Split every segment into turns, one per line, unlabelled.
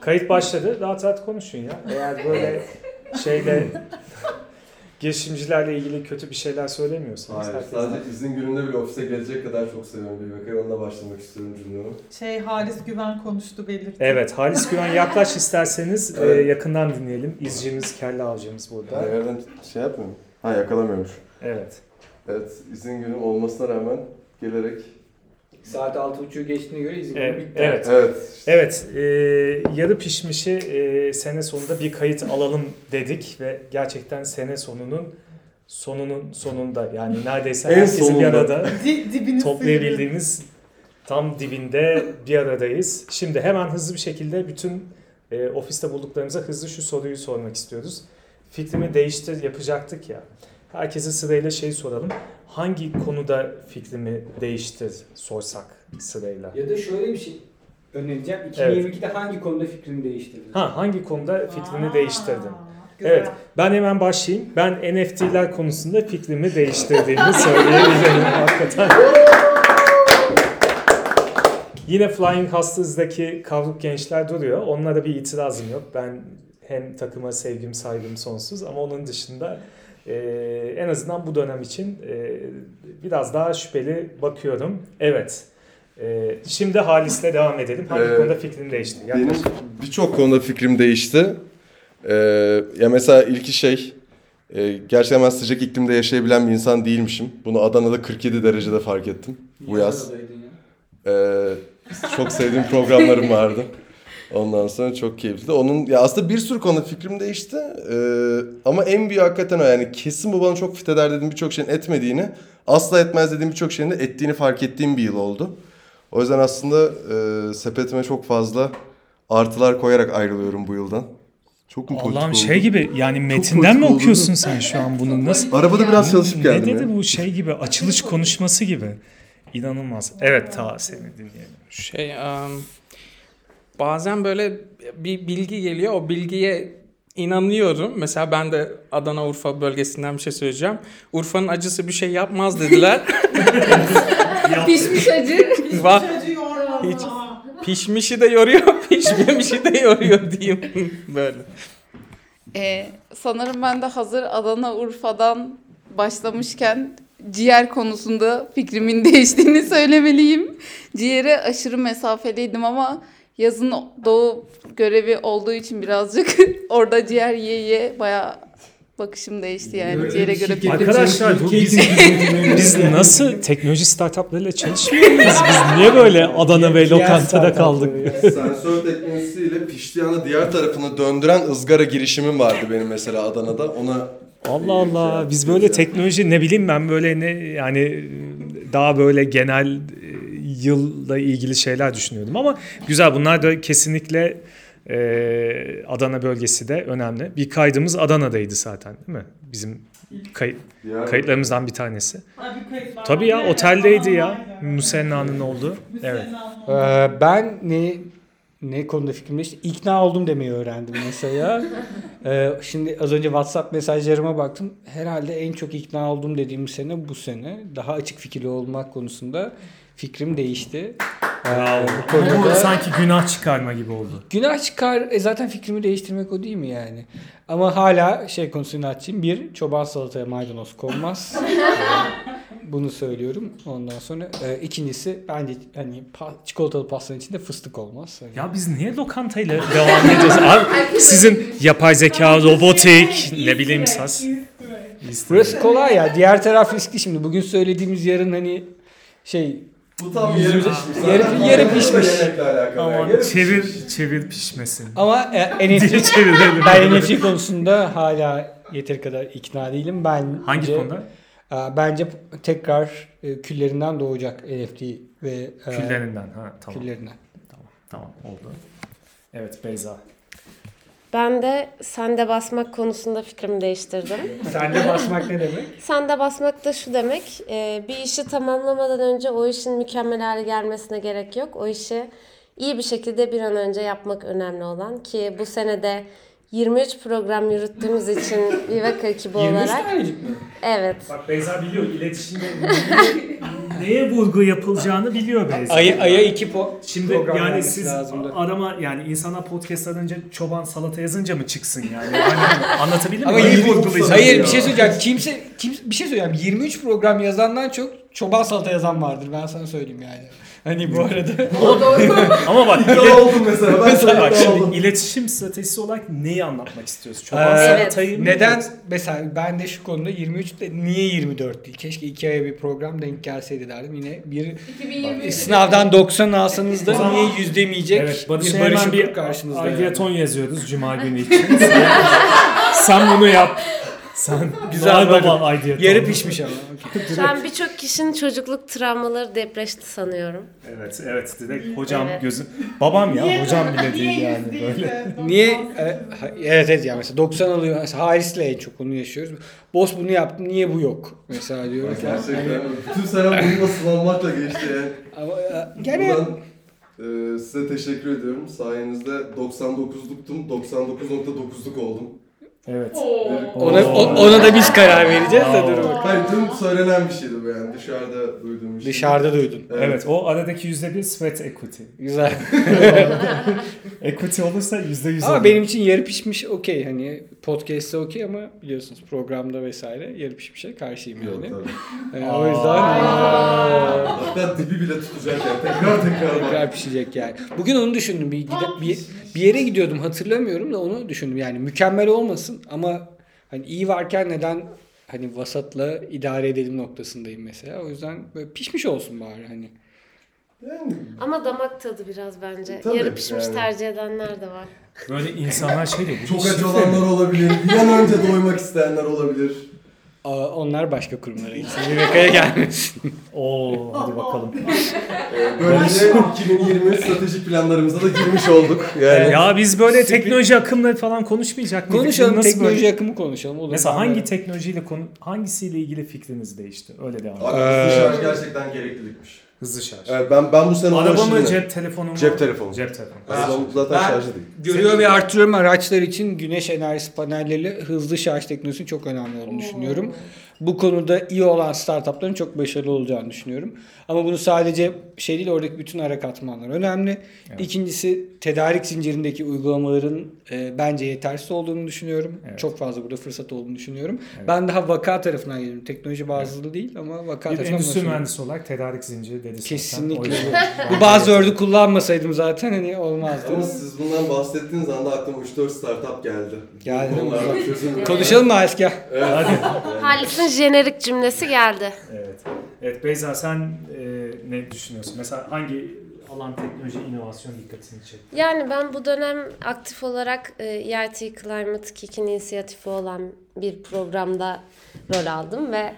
Kayıt başladı. Rahat rahat konuşun ya. Eğer böyle şeyle girişimcilerle ilgili kötü bir şeyler söylemiyorsanız.
Hayır,
herkes-
sadece izin günümde bile ofise gelecek kadar çok seviyorum bir bakayım. Onunla başlamak istiyorum cümlemi.
Şey Halis Güven konuştu belirtti.
Evet, Halis Güven yaklaş isterseniz e,
Evet.
yakından dinleyelim. İzcimiz, kelle avcımız burada. Evet.
Yerden şey yapmıyorum. Ha yakalamıyormuş. Evet, izin günüm olmasına rağmen gelerek.
Saat 6.30'u geçtiğine göre izin
Evet,
bitti.
evet.
Evet.
Evet, e, yarı pişmişi e, sene sonunda bir kayıt alalım dedik ve gerçekten sene sonunun sonunun sonunda yani neredeyse
En
herkesin bir
sonunda.
arada
Di, dibini sıyırıyor.
toplayabildiğimiz tam dibinde bir aradayız. Şimdi hemen hızlı bir şekilde bütün e, ofiste bulduklarımıza hızlı şu soruyu sormak istiyoruz. Fikrimi değiştir yapacaktık ya. Herkese sırayla şey soralım. Hangi konuda fikrimi değiştir sorsak sırayla.
Ya da şöyle bir şey önereceğim. 2022'de hangi konuda fikrini değiştirdin?
Ha hangi konuda fikrini
Aa,
değiştirdin?
Güzel.
Evet. Ben hemen başlayayım. Ben NFT'ler konusunda fikrimi değiştirdiğimi söyleyebilirim hakikaten. Yine Flying Hustles'daki kavruk gençler duruyor. Onlara bir itirazım yok. Ben hem takıma sevgim saygım sonsuz ama onun dışında e, en azından bu dönem için e, biraz daha şüpheli bakıyorum. Evet. E, şimdi Halis'le devam edelim. Hangi
Ee,
konuda fikrin değişti? Yaklaş.
Benim birçok konuda fikrim değişti. Ee, ya mesela ilki şey, e, gerçekten ben sıcak iklimde yaşayabilen bir insan değilmişim. Bunu Adana'da 47 derecede fark ettim bu yaz.
Yaradaydın ya.
Ee, çok sevdiğim programlarım vardı. Ondan sonra çok keyifli. Onun ya aslında bir sürü konuda fikrim değişti. Ee, ama en büyük hakikaten o yani kesin bu bana çok fit eder dediğim birçok şeyin etmediğini, asla etmez dediğim birçok şeyin de ettiğini fark ettiğim bir yıl oldu. O yüzden aslında e, sepetime çok fazla artılar koyarak ayrılıyorum bu yıldan. Çok mu politik
Allah'ım
oldum?
şey gibi yani metinden
politik
mi
oldu,
okuyorsun sen şu an bunu nasıl?
Arabada biraz çalışıp
Ne
geldim.
dedi
ya.
bu şey gibi açılış konuşması gibi. İnanılmaz. Evet ta seni dinleyelim.
Şey em, bazen böyle bir bilgi geliyor o bilgiye inanıyorum. Mesela ben de Adana Urfa bölgesinden bir şey söyleyeceğim. Urfa'nın acısı bir şey yapmaz dediler.
Pişmiş acı.
Va-
Hiç acı yormadı.
Hiç. pişmişi de yoruyor, pişmemişi de yoruyor diyeyim böyle.
Ee, sanırım ben de hazır Adana Urfa'dan başlamışken ciğer konusunda fikrimin değiştiğini söylemeliyim. Ciğere aşırı mesafeliydim ama yazın doğu görevi olduğu için birazcık orada ciğer yiye yiye bayağı bakışım değişti yani
Böyle
ciğere
bir
göre.
şirkette
Arkadaşlar, bu
çalışan
biz-
erkek-
Biz nasıl teknoloji startuplarıyla çalışmıyor muyuz? Biz niye böyle Adana ve
Diğer
lokantada
startupları
kaldık?
ya.
Sensör teknolojisiyle piştiği anda diğer tarafını döndüren ızgara girişimim vardı benim mesela Adana'da. Ona
Allah Allah biz böyle teknoloji ne bileyim ben böyle ne yani daha böyle genel e, yılla ilgili şeyler düşünüyordum ama güzel bunlar da kesinlikle e, Adana bölgesi de önemli. Bir kaydımız Adana'daydı zaten değil mi? Bizim kayıt,
Ya-
kayıtlarımızdan bir tanesi.
Ay, bir kayıt var.
Tabii ya
Evet,
oteldeydi ya.
aynen.
Musenna'nın olduğu. Evet.
Müstesna'nın olduğu.
Ee, ben ne ne konuda fikrim değişti? İkna oldum demeyi öğrendim mesela. Ee, şimdi az önce WhatsApp mesajlarıma baktım. Herhalde en çok ikna oldum dediğim sene bu sene. Daha açık fikirli olmak konusunda fikrim değişti. Ee, bu konuda
Bu
da-
sanki günah çıkarma gibi oldu.
Günah çıkar. E zaten fikrimi değiştirmek o değil mi yani? Ama hala şey konusunu açayım. Bir, çoban salataya maydanoz konmaz. Ee, Bunu söylüyorum. Ondan sonra e, ikincisi bence hani pa- çikolatalı pastanın içinde fıstık olmaz. Hani-
Ya biz niye lokantayla devam ediyoruz? Abi sizin yapay zeka, robotik, ne bileyim sas.
Burası kolay ya. Diğer taraf riskli şimdi. Bugün söylediğimiz yarın hani şey
Bu tam yarı pişmiş. Zaten
yarı- yarı pişmiş.
Yemekle alakalı. yani.
Aman
Yarı
çevir,
pişmiş.
çevir pişmesin.
ama e, NFT
Diye çevirelim.
ben NFT konusunda hala yeteri kadar ikna değilim. Ben
Hangi konuda?
e, Bence tekrar e, küllerinden doğacak NFT ve e,
Küllerinden. Ha, tamam.
küllerinden.
Tamam oldu. Evet Beyza.
Ben de sende basmak konusunda fikrimi değiştirdim.
Sende basmak ne demek?
sende basmak da şu demek, e, bir işi tamamlamadan önce o işin mükemmel hale gelmesine gerek yok. O işi iyi bir şekilde bir an önce yapmak önemli olan ki bu senede 23 program yürüttüğümüz için Vivek ekibi
23
olarak.
tanecik mi?
Evet.
Bak Beyza biliyor iletişimde neye vurgu yapılacağını biliyor Beyza.
Ay, aya iki po
Şimdi
program
yani
vermesi
siz
lazımdı.
adama yani insana podcast arayınca çoban salata yazınca mı çıksın yani? Hani anlatabildim
Ama
mi? Neyi
yirmi-
vurgulayacağız
Hayır
ya?
bir şey söyleyeceğim. Kimse, kimse bir şey söyleyeceğim. 23 program yazandan çok çoban salata yazan vardır. Ben sana söyleyeyim yani. Hani bu arada.
Ama bak,
Ne oldu mesela? Ben sana
bak
ne oldu?
şimdi iletişim stratejisi olarak neyi anlatmak istiyorsun? Çoban
Ee,
salatayı mı?
Neden mesela ben de şu konuda 23 de niye 24 değil? Keşke iki aya bir program denk gelseydi derdim. Yine bir
2020
sınavdan 90 alsanız da niye yüz demeyecek?
Evet, Barış
bir
hemen
Barış
bir
bir karşınızda. yani.
Argeton yazıyoruz Cuma günü için. sen, sen bunu yap. Sen
Güzel
Noel
bölüm.
Baba Argeton.
Yarı pişmiş ama. okey.
Şu an birçok kişinin çocukluk travmaları depreşti sanıyorum.
Evet, evet. Direkt hocam
Evet.
gözüm. Babam ya,
Niye-
hocam bile değil
niye
yani
yüzde
böyle.
yüzde?
Niye? e, ha- evet evet yani mesela 90 alıyor. Mesela Haris'le en çok onu yaşıyoruz. Boss bunu yaptı niye bu yok? Mesela diyoruz.
Gerçekten bütün senem bununla sıvanmakla geçti yani.
Ama e, gene
Buradan e, size teşekkür ediyorum. Sayenizde 99'luktum, 99.9'luk oldum.
Evet.
ona, o- ona da biz karar vereceğiz de dur bakalım.
Hayır dün söylenen bir şeydi bu yani dışarıda duyduğum bir şey.
Dışarıda duydum.
Evet, o aradaki yüzde bir sweat equity.
Güzel.
Equity olursa yüzde yüz
Ama
olur.
benim için yarı pişmiş okey hani podcast'te okey ama biliyorsunuz programda vesaire yarı pişmişe karşıyım
Yok
yani.
tabii.
E, o yüzden
Hatta dibi bile tutacak yani tekrar tekrar bak.
tekrar pişecek yani. Bugün onu düşündüm. Bir, gide- bir, bir yere gidiyordum hatırlamıyorum da onu düşündüm. Yani mükemmel olmasın ama hani iyi varken neden hani vasatla idare edelim noktasındayım mesela. O yüzden böyle pişmiş olsun bari hani.
Yani
Ama damak tadı biraz bence.
Tabii,
Yarı pişmiş
yani.
tercih edenler de var.
Böyle insanlar şey diyor. bu
çok
şifre
acı
mi?
olanlar olabilir. Bir an önce doymak isteyenler olabilir.
Aa, onlar başka kurumlara gitsin. YBK'ya gelmesin.
Oo hadi bakalım.
Ee, böylece 2020 stratejik planlarımıza da girmiş olduk. Yani
Ya biz böyle teknoloji akımları falan konuşmayacak mıydık?
konuşalım
Nasıl
teknoloji
böyle-
akımı konuşalım. Olur.
Mesela
Ben
hangi
de-
teknolojiyle konu hangisiyle ilgili fikriniz değişti? Öyle devam.
Abi, hızlı şarj gerçekten gereklilikmiş.
Hızlı şarj.
Evet Ee, e, ben ben bu sene
Araba mı
ulaşımla-
cep telefonu mu?
Cep telefonu.
Cep telefonu.
Arabam zaten
Ben-
şarjı değil.
Görüyor ve arttırıyorum araçlar için güneş enerjisi panelleriyle hızlı şarj teknolojisinin çok önemli olduğunu düşünüyorum. Bu konuda iyi olan startupların çok başarılı olacağını düşünüyorum. Ama bunu sadece şey değil oradaki bütün ara katmanlar önemli. İkincisi tedarik zincirindeki uygulamaların e, bence yetersiz olduğunu düşünüyorum.
Evet.
Çok fazla burada fırsat olduğunu düşünüyorum.
Evet.
Ben daha vaka tarafından geliyorum. Teknoloji bazlı değil ama vaka
Bir
tarafından
endüstri
bahsediyorum.
mühendisi olarak tedarik zinciri dedi. zaten.
Kesinlikle.
O yüzden-
Bu bazı ördü kullanmasaydım zaten hani olmazdı.
Ama siz bundan bahsettiğiniz anda aklıma 3-4 startup geldi.
Geldi mi?
Onlardan çözüm-
Konuşalım mı Asker?
Hadi.
Halis'in jenerik cümlesi geldi.
Evet. Evet Beyza sen e, ne düşünüyorsun? Mesela hangi alan teknoloji inovasyon dikkatini çekti?
Yani ben bu dönem aktif olarak e, EIT Climate Kick'in inisiyatifi olan bir programda rol aldım ve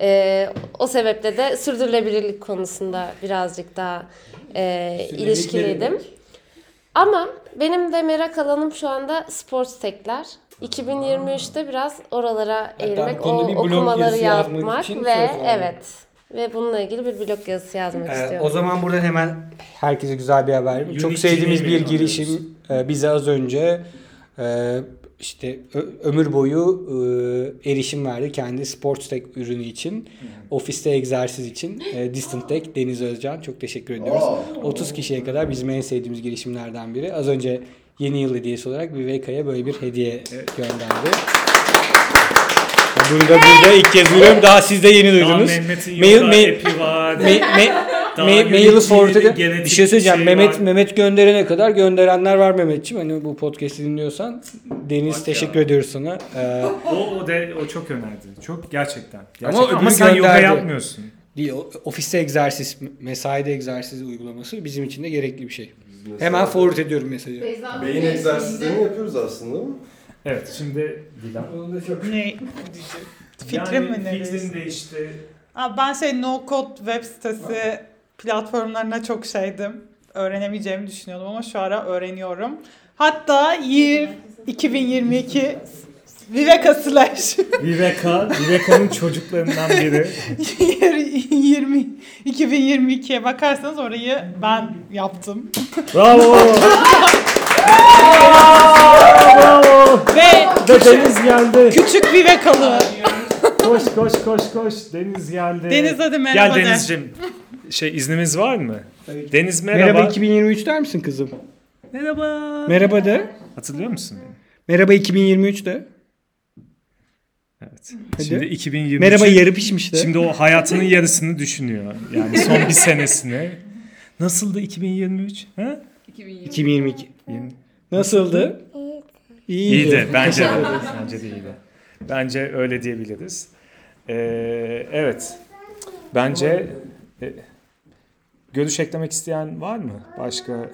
e, o sebeple de sürdürülebilirlik konusunda birazcık daha e, ilişkiliydim. Ama benim de merak alanım şu anda sports tech'ler. 2023'te biraz oralara
bu
eğilmek, o
konuda bir blog
okumaları
yazısı yazmak
yapmak
için
ve
söz verdim.
evet ve bununla ilgili bir blog yazısı yazmak
Ee,
istiyorum.
o zaman buradan hemen herkese güzel bir haber. vereyim. Çok
Unique
sevdiğimiz bir
Gmail'i
girişim e, bize az önce e, işte ö- ömür boyu e, erişim verdi kendi Sports Tech ürünü için. Ofiste egzersiz için. E, Distant Tech Deniz Özcan çok teşekkür ediyoruz.
Aa.
30 kişiye kadar bizim en sevdiğimiz girişimlerden biri. Az önce yeni yıl hediyesi olarak Viveka'ya böyle bir hediye gönderdi. Bunu da burada ilk kez duyuyorum. Daha siz de yeni duydunuz.
Mehmet'in
Mail-
yolda
mail-
epi var.
Me, me,
Daha
me,
yürüyüş
maili
yeri,
forward'a
genetik
bir şey söyleyeceğim.
şey
Mehmet
var.
Mehmet gönderene kadar gönderenler var Mehmetçim. Hani bu podcast'i dinliyorsan Deniz
Bak
teşekkür ediyoruz sana. Ee,
o, o, de, o çok önerdi. Çok gerçekten. gerçekten.
Ama
Ama,
öbürü
sen yoga
gönderdi.
yapmıyorsun.
değil, o- ofiste egzersiz, mesaide egzersiz uygulaması bizim için de gerekli bir şey.
Mesela-
Hemen forward ediyorum mesajı.
Beyin egzersizlerini yapıyoruz aslında değil mi?
Evet şimdi Dilan.
Ne? Fikrim
yani,
mi ne?
Fikrin değişti.
Aa, ben şey no code web sitesi platformlarına çok şeydim. Öğrenemeyeceğimi düşünüyordum ama şu ara öğreniyorum. Hatta yıl 2022 Viveka slash
Viveka. Viveka'nın çocuklarından biri.
year 20 2022'ye bakarsanız orayı ben yaptım.
Bravo. Bravo.
Ve
Ve Deniz geldi.
küçük Vivekalı
koş koş koş koş. Deniz geldi.
Deniz hadi
Gel
merhaba de.
Deniz'cim. Şey iznimiz var mı?
Tabii ki.
Deniz merhaba.
Merhaba 2023 der misin kızım?
Merhaba.
Merhaba de.
Hatırlıyor musun beni?
Merhaba 2023 de.
Evet.
Hadi.
Şimdi 2023.
Merhaba yarı pişmiş de.
Şimdi o hayatının yarısını düşünüyor. Yani son bir senesini. Nasıldı 2023? Ha?
2020.
2022.
Yeni-
Nasıldı? İyiydi.
İyiydi. Bence de.
Teşekkür ederim.
Bence de iyiydi. Bence öyle diyebiliriz. Ee, evet. Bence e, görüş eklemek isteyen var mı? Başka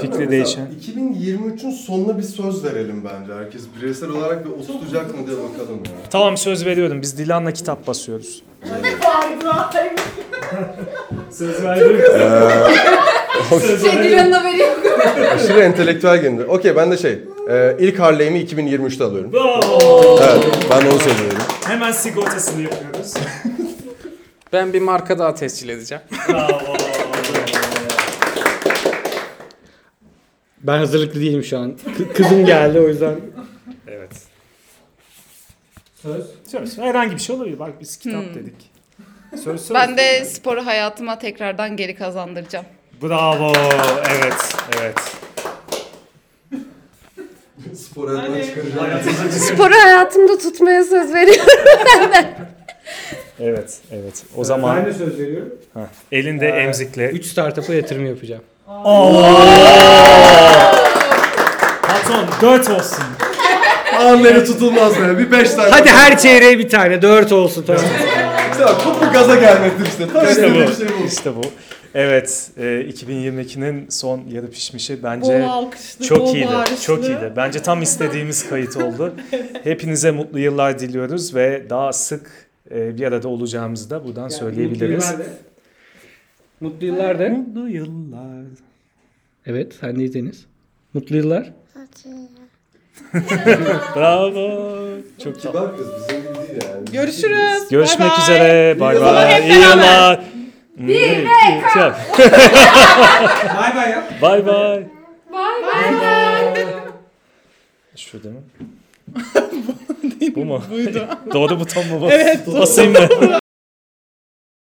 Fikri
mesela
değişen.
2023'ün sonuna bir söz verelim bence. Herkes bireysel olarak bir oturtacak mı diye bakalım ya.
Tamam söz veriyorum. Biz Dilan'la kitap basıyoruz. söz verdim. Ee,
Şey, haberi yok.
Aşırı entelektüel gelince. Okey ben de şey. e, ilk Harley'imi 2023'te alıyorum. Evet ben de onu söylüyorum.
Hemen sigortasını yapıyoruz.
Ben bir marka daha tescil edeceğim.
Bravo.
Ben hazırlıklı değilim şu an. Kı- kızım geldi o yüzden.
Evet.
Söz.
Söz. Herhangi bir şey olabilir. Bak biz kitap
Hmm.
dedik. Söz söz.
Ben de sporu hayatıma tekrardan geri kazandıracağım.
Bravo. Evet. Evet.
Spor elden çıkaracağım.
Sporu hayatımda tutmaya söz veriyorum.
Evet. Evet. O zaman
de söz veriyorum.
Heh, elinde emzikle
3 startup'a yatırım yapacağım.
Patron 4 olsun.
Harley'e tutulmaz böyle. Bir 5 tane.
Hadi her çeyreğe bir tane. 4 olsun tamam.
Ya, Toplu gaza gelmektir işte. Tam
İşte
istediğim
bu.
şey bu.
İşte bu. Evet, e, 2022'nin son yarı pişmişi bence
Bol alkışlı,
çok
bol
iyiydi.
bağırışlı.
Çok iyiydi. Bence tam istediğimiz kayıt oldu. Hepinize mutlu yıllar diliyoruz ve daha sık e, bir arada olacağımızı da buradan söyleyebiliriz.
Mutlu yıllar de.
Mutlu yıllar.
Evet sendeyiz Deniz. Mutlu yıllar.
Bravo. Çok tatlı.
Kibar kız bizim gibi değil yani.
Görüşürüz.
Görüşmek
Bay bay.
üzere. Bay
yıllar.
bay.
Hep
İyi
beraber.
yıllar. Hmm, Bir
Bay bay ya.
Bay bay. Bay bay. Şurada mı? bu mu? Buydu. Doğru buton mu bu? Evet. Basayım mı?